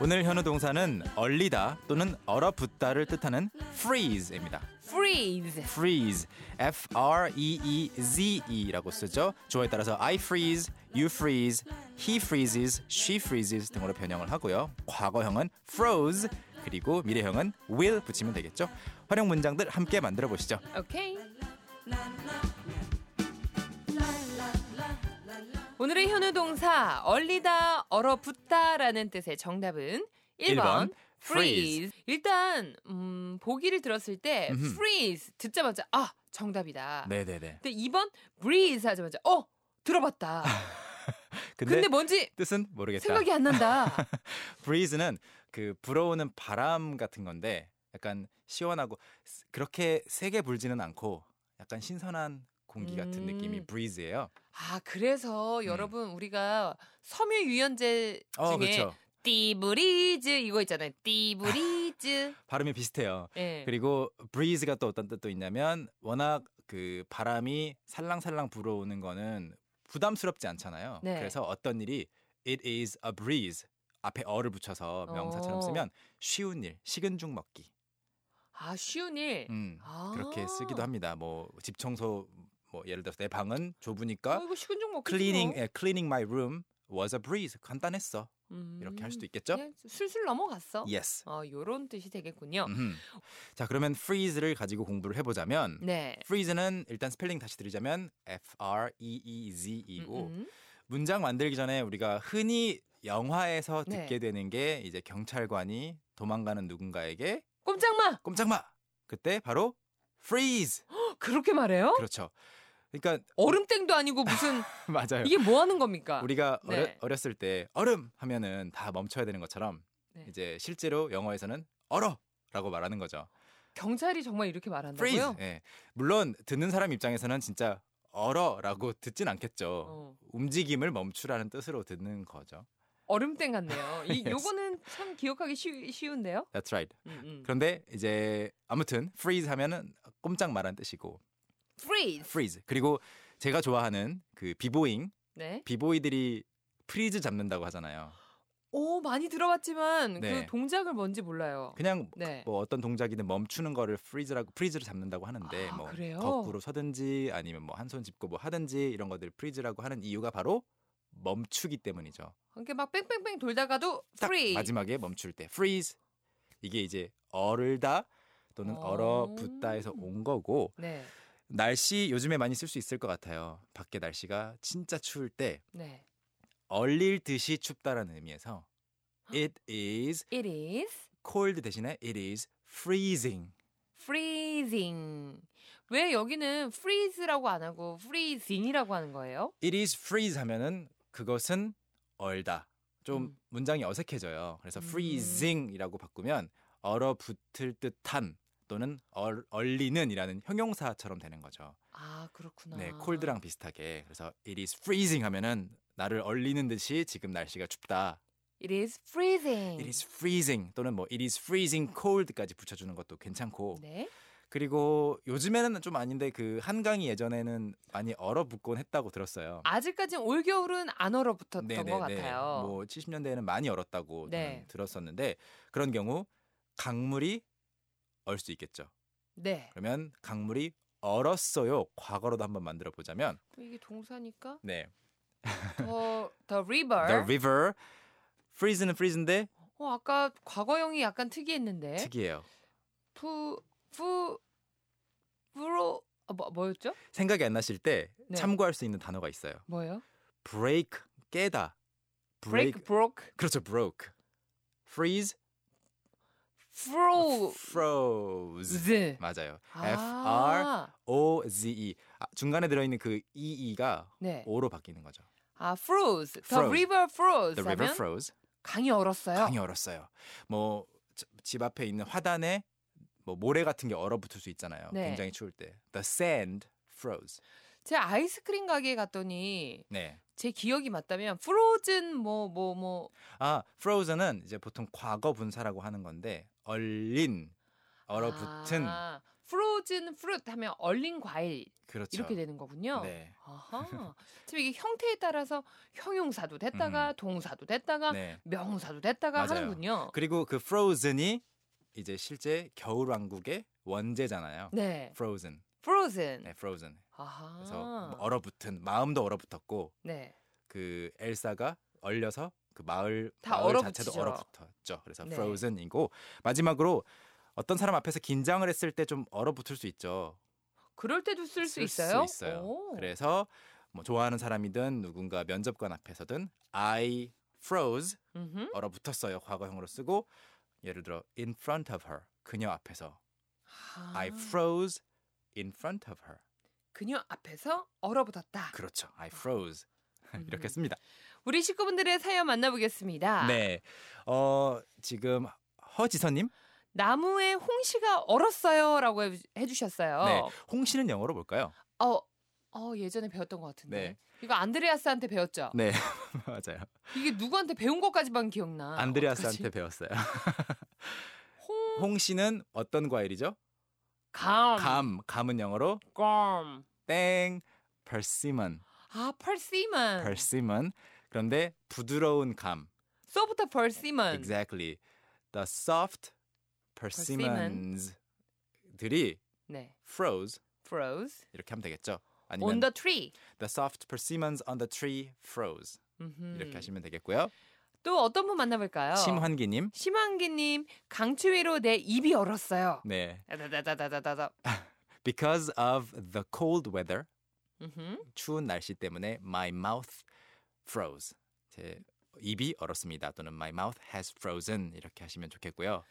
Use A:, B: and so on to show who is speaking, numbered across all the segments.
A: 오늘 현우 동사는 얼리다 또는 얼어붙다를 뜻하는 freeze입니다.
B: freeze.
A: freeze, f r e e z e라고 쓰죠. 주어에 따라서 I freeze, you freeze, he freezes, she freezes 등으로 변형을 하고요. 과거형은 froze 그리고 미래형은 will 붙이면 되겠죠. 활용 문장들 함께 만들어 보시죠.
B: 오케이. 오늘의 현우 동사 얼리다, 얼어붙다라는 뜻의 정답은 1번,
A: 일 번,
B: freeze. 일단 음, 보기를 들었을 때
A: 음흠.
B: freeze 듣자마자 아, 정답이다.
A: 네, 네, 네.
B: 근데 2번 breeze 하자마자 어, 들어봤다.
A: 아, 근데,
B: 근데 뭔지
A: 뜻은 모르겠다.
B: 생각이 안 난다.
A: breeze는 그 불어오는 바람 같은 건데 약간 시원하고 스- 그렇게 세게 불지는 않고 약간 신선한 공기 같은
B: 음.
A: 느낌이 breeze예요.
B: 아, 그래서 여러분 우리가 섬유 유연제
A: 음. 어,
B: 중에
A: 그렇죠.
B: 띠브리즈 이거 있잖아요. 띠브리즈.
A: 발음이 비슷해요.
B: 예.
A: 그리고 breeze가 또 어떤 뜻도 있냐면 워낙 그 바람이 살랑살랑 불어오는 거는 부담스럽지 않잖아요.
B: 네.
A: 그래서 어떤 일이 it is a breeze 앞에 어를 붙여서 명사처럼
B: 어.
A: 쓰면 쉬운 일, 식은 죽 먹기.
B: 아, 쉬운 일.
A: 음,
B: 아.
A: 그렇게 쓰기도 합니다. 뭐 집 청소 뭐 예를 들어서 내 방은 좁으니까
B: 어, 이거 식은 죽 먹기
A: cleaning 예, cleaning my room was a breeze. 간단했어.
B: 음.
A: 이렇게 할 수도 있겠죠?
B: 예, 술술 넘어갔어.
A: Yes.
B: 어, 요런 뜻이 되겠군요.
A: 음흠. 자, 그러면 freeze를 가지고 공부를 해 보자면
B: 네.
A: freeze는 일단 스펠링 다시 드리자면 F R E E Z E고
B: 음, 음.
A: 문장 만들기 전에 우리가 흔히 영화에서
B: 네.
A: 듣게 되는 게 이제 경찰관이 도망가는 누군가에게
B: 꼼짝마.
A: 꼼짝마 그때 바로 freeze
B: 그렇게 말해요?
A: 그렇죠. 그러니까
B: 얼음땡도 아니고 무슨
A: 맞아요.
B: 이게 뭐 하는 겁니까?
A: 우리가 어려,
B: 네.
A: 어렸을 때 얼음 하면은 다 멈춰야 되는 것처럼
B: 네.
A: 이제 실제로 영어에서는 얼어라고 말하는 거죠.
B: 경찰이 정말 이렇게 말한다고요?
A: freeze. 예. 물론 듣는 사람 입장에서는 진짜 얼어라고 듣진 않겠죠.
B: 어.
A: 움직임을 멈추라는 뜻으로 듣는 거죠.
B: 얼음땡 같네요. 이
A: Yes.
B: 요거는 참 기억하기 쉬, 쉬운데요.
A: That's right.
B: 음, 음.
A: 그런데 이제 아무튼 freeze 하면은 꼼짝 말한 뜻이고
B: freeze.
A: freeze 그리고 제가 좋아하는 그 비보잉
B: 네.
A: 비보이들이 프리즈 잡는다고 하잖아요.
B: 오 많이 들어봤지만
A: 네.
B: 그 동작을 뭔지 몰라요.
A: 그냥
B: 네.
A: 뭐 어떤 동작이든 멈추는 거를 프리즈라고 프리즈를 잡는다고 하는데
B: 아,
A: 뭐
B: 그래요?
A: 거꾸로 서든지 아니면 뭐 한 손 짚고 뭐 하든지 이런 것들 프리즈라고 하는 이유가 바로 멈추기 때문이죠.
B: 이렇게 막 뺑뺑뺑 돌다가도
A: 딱
B: freeze.
A: 마지막에 멈출 때 freeze 이게 이제 얼다 또는
B: 어.
A: 얼어붙다에서 온 거고
B: 네.
A: 날씨 요즘에 많이 쓸 수 있을 것 같아요. 밖에 날씨가 진짜 추울 때
B: 네.
A: 얼릴 듯이 춥다라는 의미에서 it is
B: It is
A: cold 대신에 it is freezing.
B: freezing. 왜 여기는 freeze라고 안 하고 freezing이라고 하는 거예요?
A: it is freeze 하면은 그것은 얼다. 좀
B: 음.
A: 문장이 어색해져요. 그래서
B: 음.
A: freezing이라고 바꾸면 얼어붙을 듯한 또는 얼, 얼리는이라는 형용사처럼 되는 거죠.
B: 아 그렇구나.
A: 네, cold랑 비슷하게. 그래서 it is freezing 하면은 나를 얼리는 듯이 지금 날씨가 춥다.
B: It is freezing.
A: it is freezing 또는 뭐 it is freezing cold까지 붙여주는 것도 괜찮고.
B: 네.
A: 그리고 요즘에는 좀 아닌데 그 한강이 예전에는 많이 얼어붙곤 했다고 들었어요.
B: 아직까지는 올 겨울은 안 얼어붙었던
A: 네네네.
B: 것 같아요.
A: 뭐 70년대에는 많이 얼었다고
B: 네.
A: 저는 들었었는데 그런 경우 강물이 얼 수 있겠죠.
B: 네.
A: 그러면 강물이 얼었어요. 과거로도 한번 만들어 보자면
B: 이게 동사니까
A: 네.
B: 더 the river.
A: The river freeze는 freeze인데
B: 어 아까 과거형이 약간 특이했는데.
A: 특이해요.
B: 푸, 푸, 푸로 아, 뭐, 뭐였죠?
A: 생각이 안 나실 때
B: 네.
A: 참고할 수 있는 단어가 있어요.
B: 뭐예요?
A: break 깨다.
B: break, broke,
A: 그렇죠. broke. freeze
B: froze.
A: froze
B: 네.
A: 맞아요. F R
B: 아,
A: O Z E. 아, 중간에 들어 있는 그 E E가
B: 네.
A: O로 바뀌는 거죠.
B: 아, froze. The
A: Froze.
B: river froze.
A: The
B: 하면
A: river froze.
B: 강이 얼었어요.
A: 강이 얼었어요. 뭐 집 앞에 있는 화단에 뭐 모래 같은 게 얼어붙을 수 있잖아요.
B: 네.
A: 굉장히 추울 때. The sand froze.
B: 제 아이스크림 가게에 갔더니
A: 네.
B: 제 기억이 맞다면 frozen 뭐 뭐 뭐
A: 아, frozen은 이제 보통 과거 분사라고 하는 건데 얼린 얼어붙은
B: 아, frozen fruit 하면 얼린 과일
A: 그렇죠.
B: 이렇게 되는 거군요.
A: 네.
B: 아하. 지금 이게 형태에 따라서 형용사도 됐다가 동사도 됐다가
A: 음. 네.
B: 명사도 됐다가
A: 맞아요.
B: 하는군요.
A: 그리고 그 frozen이 이제 실제 겨울왕국의 원제잖아요.
B: 네.
A: frozen.
B: frozen.
A: 네, frozen.
B: 아하.
A: 그래서 뭐 얼어붙은 마음도 얼어붙었고
B: 네.
A: 그 엘사가 얼려서 그 마을
B: 다
A: 마을
B: 얼어붙이죠.
A: 자체도 얼어붙었죠. 그래서
B: 네.
A: frozen이고 마지막으로 어떤 사람 앞에서 긴장을 했을 때 좀 얼어붙을 수 있죠.
B: 그럴 때도 쓸 수
A: 쓸
B: 있어요?
A: 수 있어요.
B: 오.
A: 그래서 뭐 좋아하는 사람이든 누군가 면접관 앞에서든 I froze
B: 음흠.
A: 얼어붙었어요. 과거형으로 쓰고 예를 들어 in front of her 그녀 앞에서
B: 아,
A: I froze in front of her
B: 그녀 앞에서 얼어붙었다.
A: 그렇죠. I froze 이렇게
B: 음.
A: 씁니다.
B: 우리 식구분들의 사연 만나보겠습니다.
A: 네. 어, 지금 허지선 님?
B: 나무에 홍시가 얼었어요라고 해- 해주셨어요.
A: 네. 홍 씨는 영어로 뭘까요?
B: 어, 어 예전에 배웠던 것 같은데.
A: 네.
B: 이거 안드레아스한테 배웠죠.
A: 네. 맞아요.
B: 이게 누구한테 배운 것까지만 기억나.
A: 안드레아스한테
B: 어떡하지?
A: 배웠어요.
B: 홍,
A: 홍 씨는 어떤 과일이죠?
B: 감,
A: 감. 감은 영어로
B: 껌.
A: 땡 persimmon.
B: 아, 펄시먼.
A: persimmon. 그런데 부드러운 감.
B: 소프트 펄시먼.
A: Exactly. The soft persimmons 들이
B: 네.
A: froze
B: froze
A: 이렇게 하면 되겠죠. 아니면
B: on the tree.
A: the soft persimmons on the tree froze
B: 음흠.
A: 이렇게 하시면 되겠고요.
B: 또 어떤 분 만나볼까요?
A: 심환기 님.
B: 심한기 님, 강추위로 내 입이 얼었어요.
A: 네.
B: 다다다다다다다.
A: Because of the cold weather,
B: 음흠.
A: 추운 날씨 때문에 my mouth froze. 제 입이 얼었습니다. 또는 my mouth has frozen 이렇게 하시면 좋겠고요.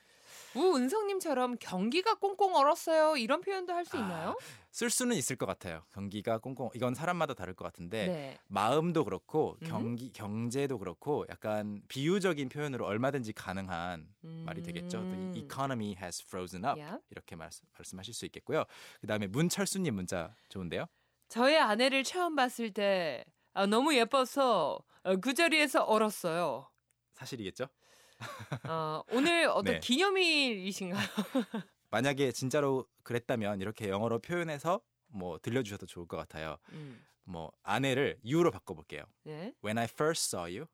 B: 우은성 님처럼 경기가 꽁꽁 얼었어요. 이런 표현도 할 수
A: 아,
B: 있나요?
A: 쓸 수는 있을 것 같아요. 경기가 꽁꽁 이건 사람마다 다를 것 같은데
B: 네.
A: 마음도 그렇고
B: 음.
A: 경기 경제도 그렇고 약간 비유적인 표현으로 얼마든지 가능한
B: 네.
A: 말이 되겠죠. The economy has frozen up
B: 음. Yep.
A: 이렇게 말씀, 말씀하실 수 있겠고요. 그다음에 문철수님 문자 좋은데요.
B: 저의 아내를 처음 봤을 때 아, 너무 예뻐서 어, 그 자리에서 얼었어요.
A: 사실이겠죠?
B: 어, 오늘 어떤
A: 네.
B: 기념일이신가요?
A: 만약에 진짜로 그랬다면 이렇게 영어로 표현해서 뭐 들려주셔도 좋을 것 같아요.
B: 음,
A: 뭐 아내를 you로 바꿔볼게요.
B: 네.
A: When I first saw you,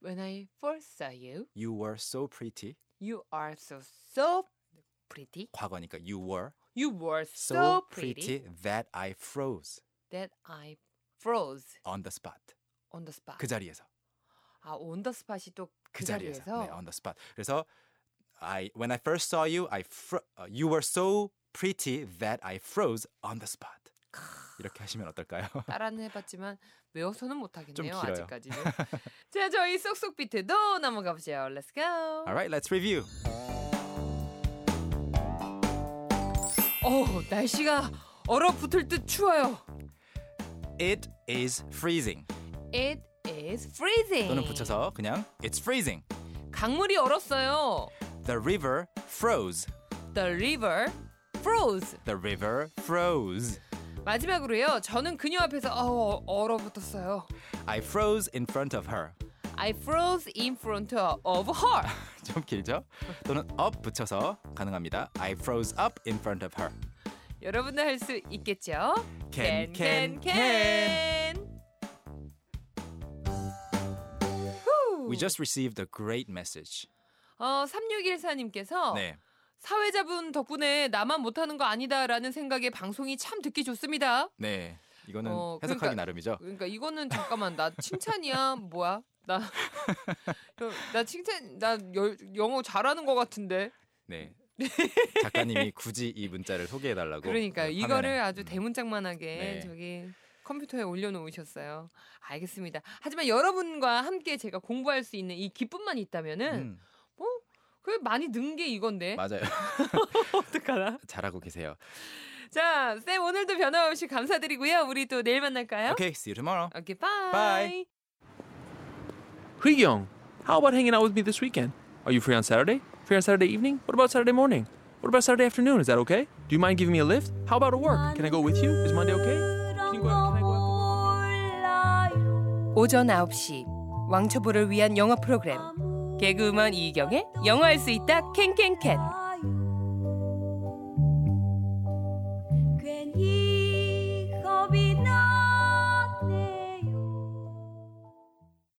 B: When I first saw you,
A: you were so pretty.
B: you are so so pretty.
A: 과거니까 you were
B: You were
A: so,
B: so pretty
A: pretty that I froze
B: that I froze
A: on the spot.
B: on the spot.
A: 그 자리에서.
B: 아, on the spot이 또 그
A: 그
B: 자리에서.
A: 자리에서. 네, on the spot. 그래서 I when I first saw you, I fro- 어, you were so pretty that I froze on the spot. 이렇게 하시면 어떨까요?
B: 따라는 해봤지만 외워서는
A: 좀
B: 못하겠네요.
A: 길어요.
B: 아직까지는. 자, 저희 쏙쏙 비트도 넘어가 보세요. Let's go.
A: All right, let's review.
B: 어 날씨가 얼어붙을 듯 추워요.
A: It is freezing.
B: It is freezing.
A: 또는 붙여서 그냥 it's freezing.
B: 강물이 얼었어요.
A: The river froze.
B: The river froze.
A: The river froze.
B: 마지막으로요. 저는 그녀 앞에서 어, 얼어붙었어요.
A: I froze in front of her.
B: I froze in front of her.
A: 좀 길죠? 또는 up 붙여서 가능합니다. I froze up in front of her.
B: 여러분도 할 수 있겠죠?
A: Can, can,
B: can.
A: We just received a great message.
B: 어 3614님께서
A: 네.
B: 사회자분 덕분에 나만 못하는 거 아니다라는 생각에 방송이 참 듣기 좋습니다.
A: 네. 이거는
B: 어,
A: 해석하기
B: 그러니까-
A: 나름이죠.
B: 그러니까 이거는 잠깐만 나 칭찬이야 뭐야 나 나 칭찬 나 열- 영어 잘하는 것 같은데
A: 네. 작가님이 굳이 이 문자를 소개해 달라고.
B: 그러니까
A: 화면에.
B: 이거를 아주
A: 음.
B: 대문짝만하게
A: 네.
B: 저기 컴퓨터에 올려놓으셨어요 알겠습니다 하지만 여러분과 함께 제가 공부할 수 있는 이 기쁨만 있다면은
A: 음,
B: 그 많이 는 게 이건데
A: 맞아요.
B: 어떡하나
A: 잘하고 계세요.
B: 자쌤 오늘도 변함없이 감사드리고요 우리 또 내일 만날까요
A: Okay, see you tomorrow.
B: 오케이 바이
A: Bye.
C: Hui Young, how about hanging out with me this weekend? Are you free on Saturday? Free on Saturday evening? What about Saturday morning? What about Saturday afternoon? Is that okay? Do you mind giving me a lift? How about at work? Can I go with you? Is Monday okay? Can you go out, can I go out?
B: 오전 9시 왕초보를 위한 영어 프로그램 개그우먼 이경의 영어할 수 있다 캔캔캔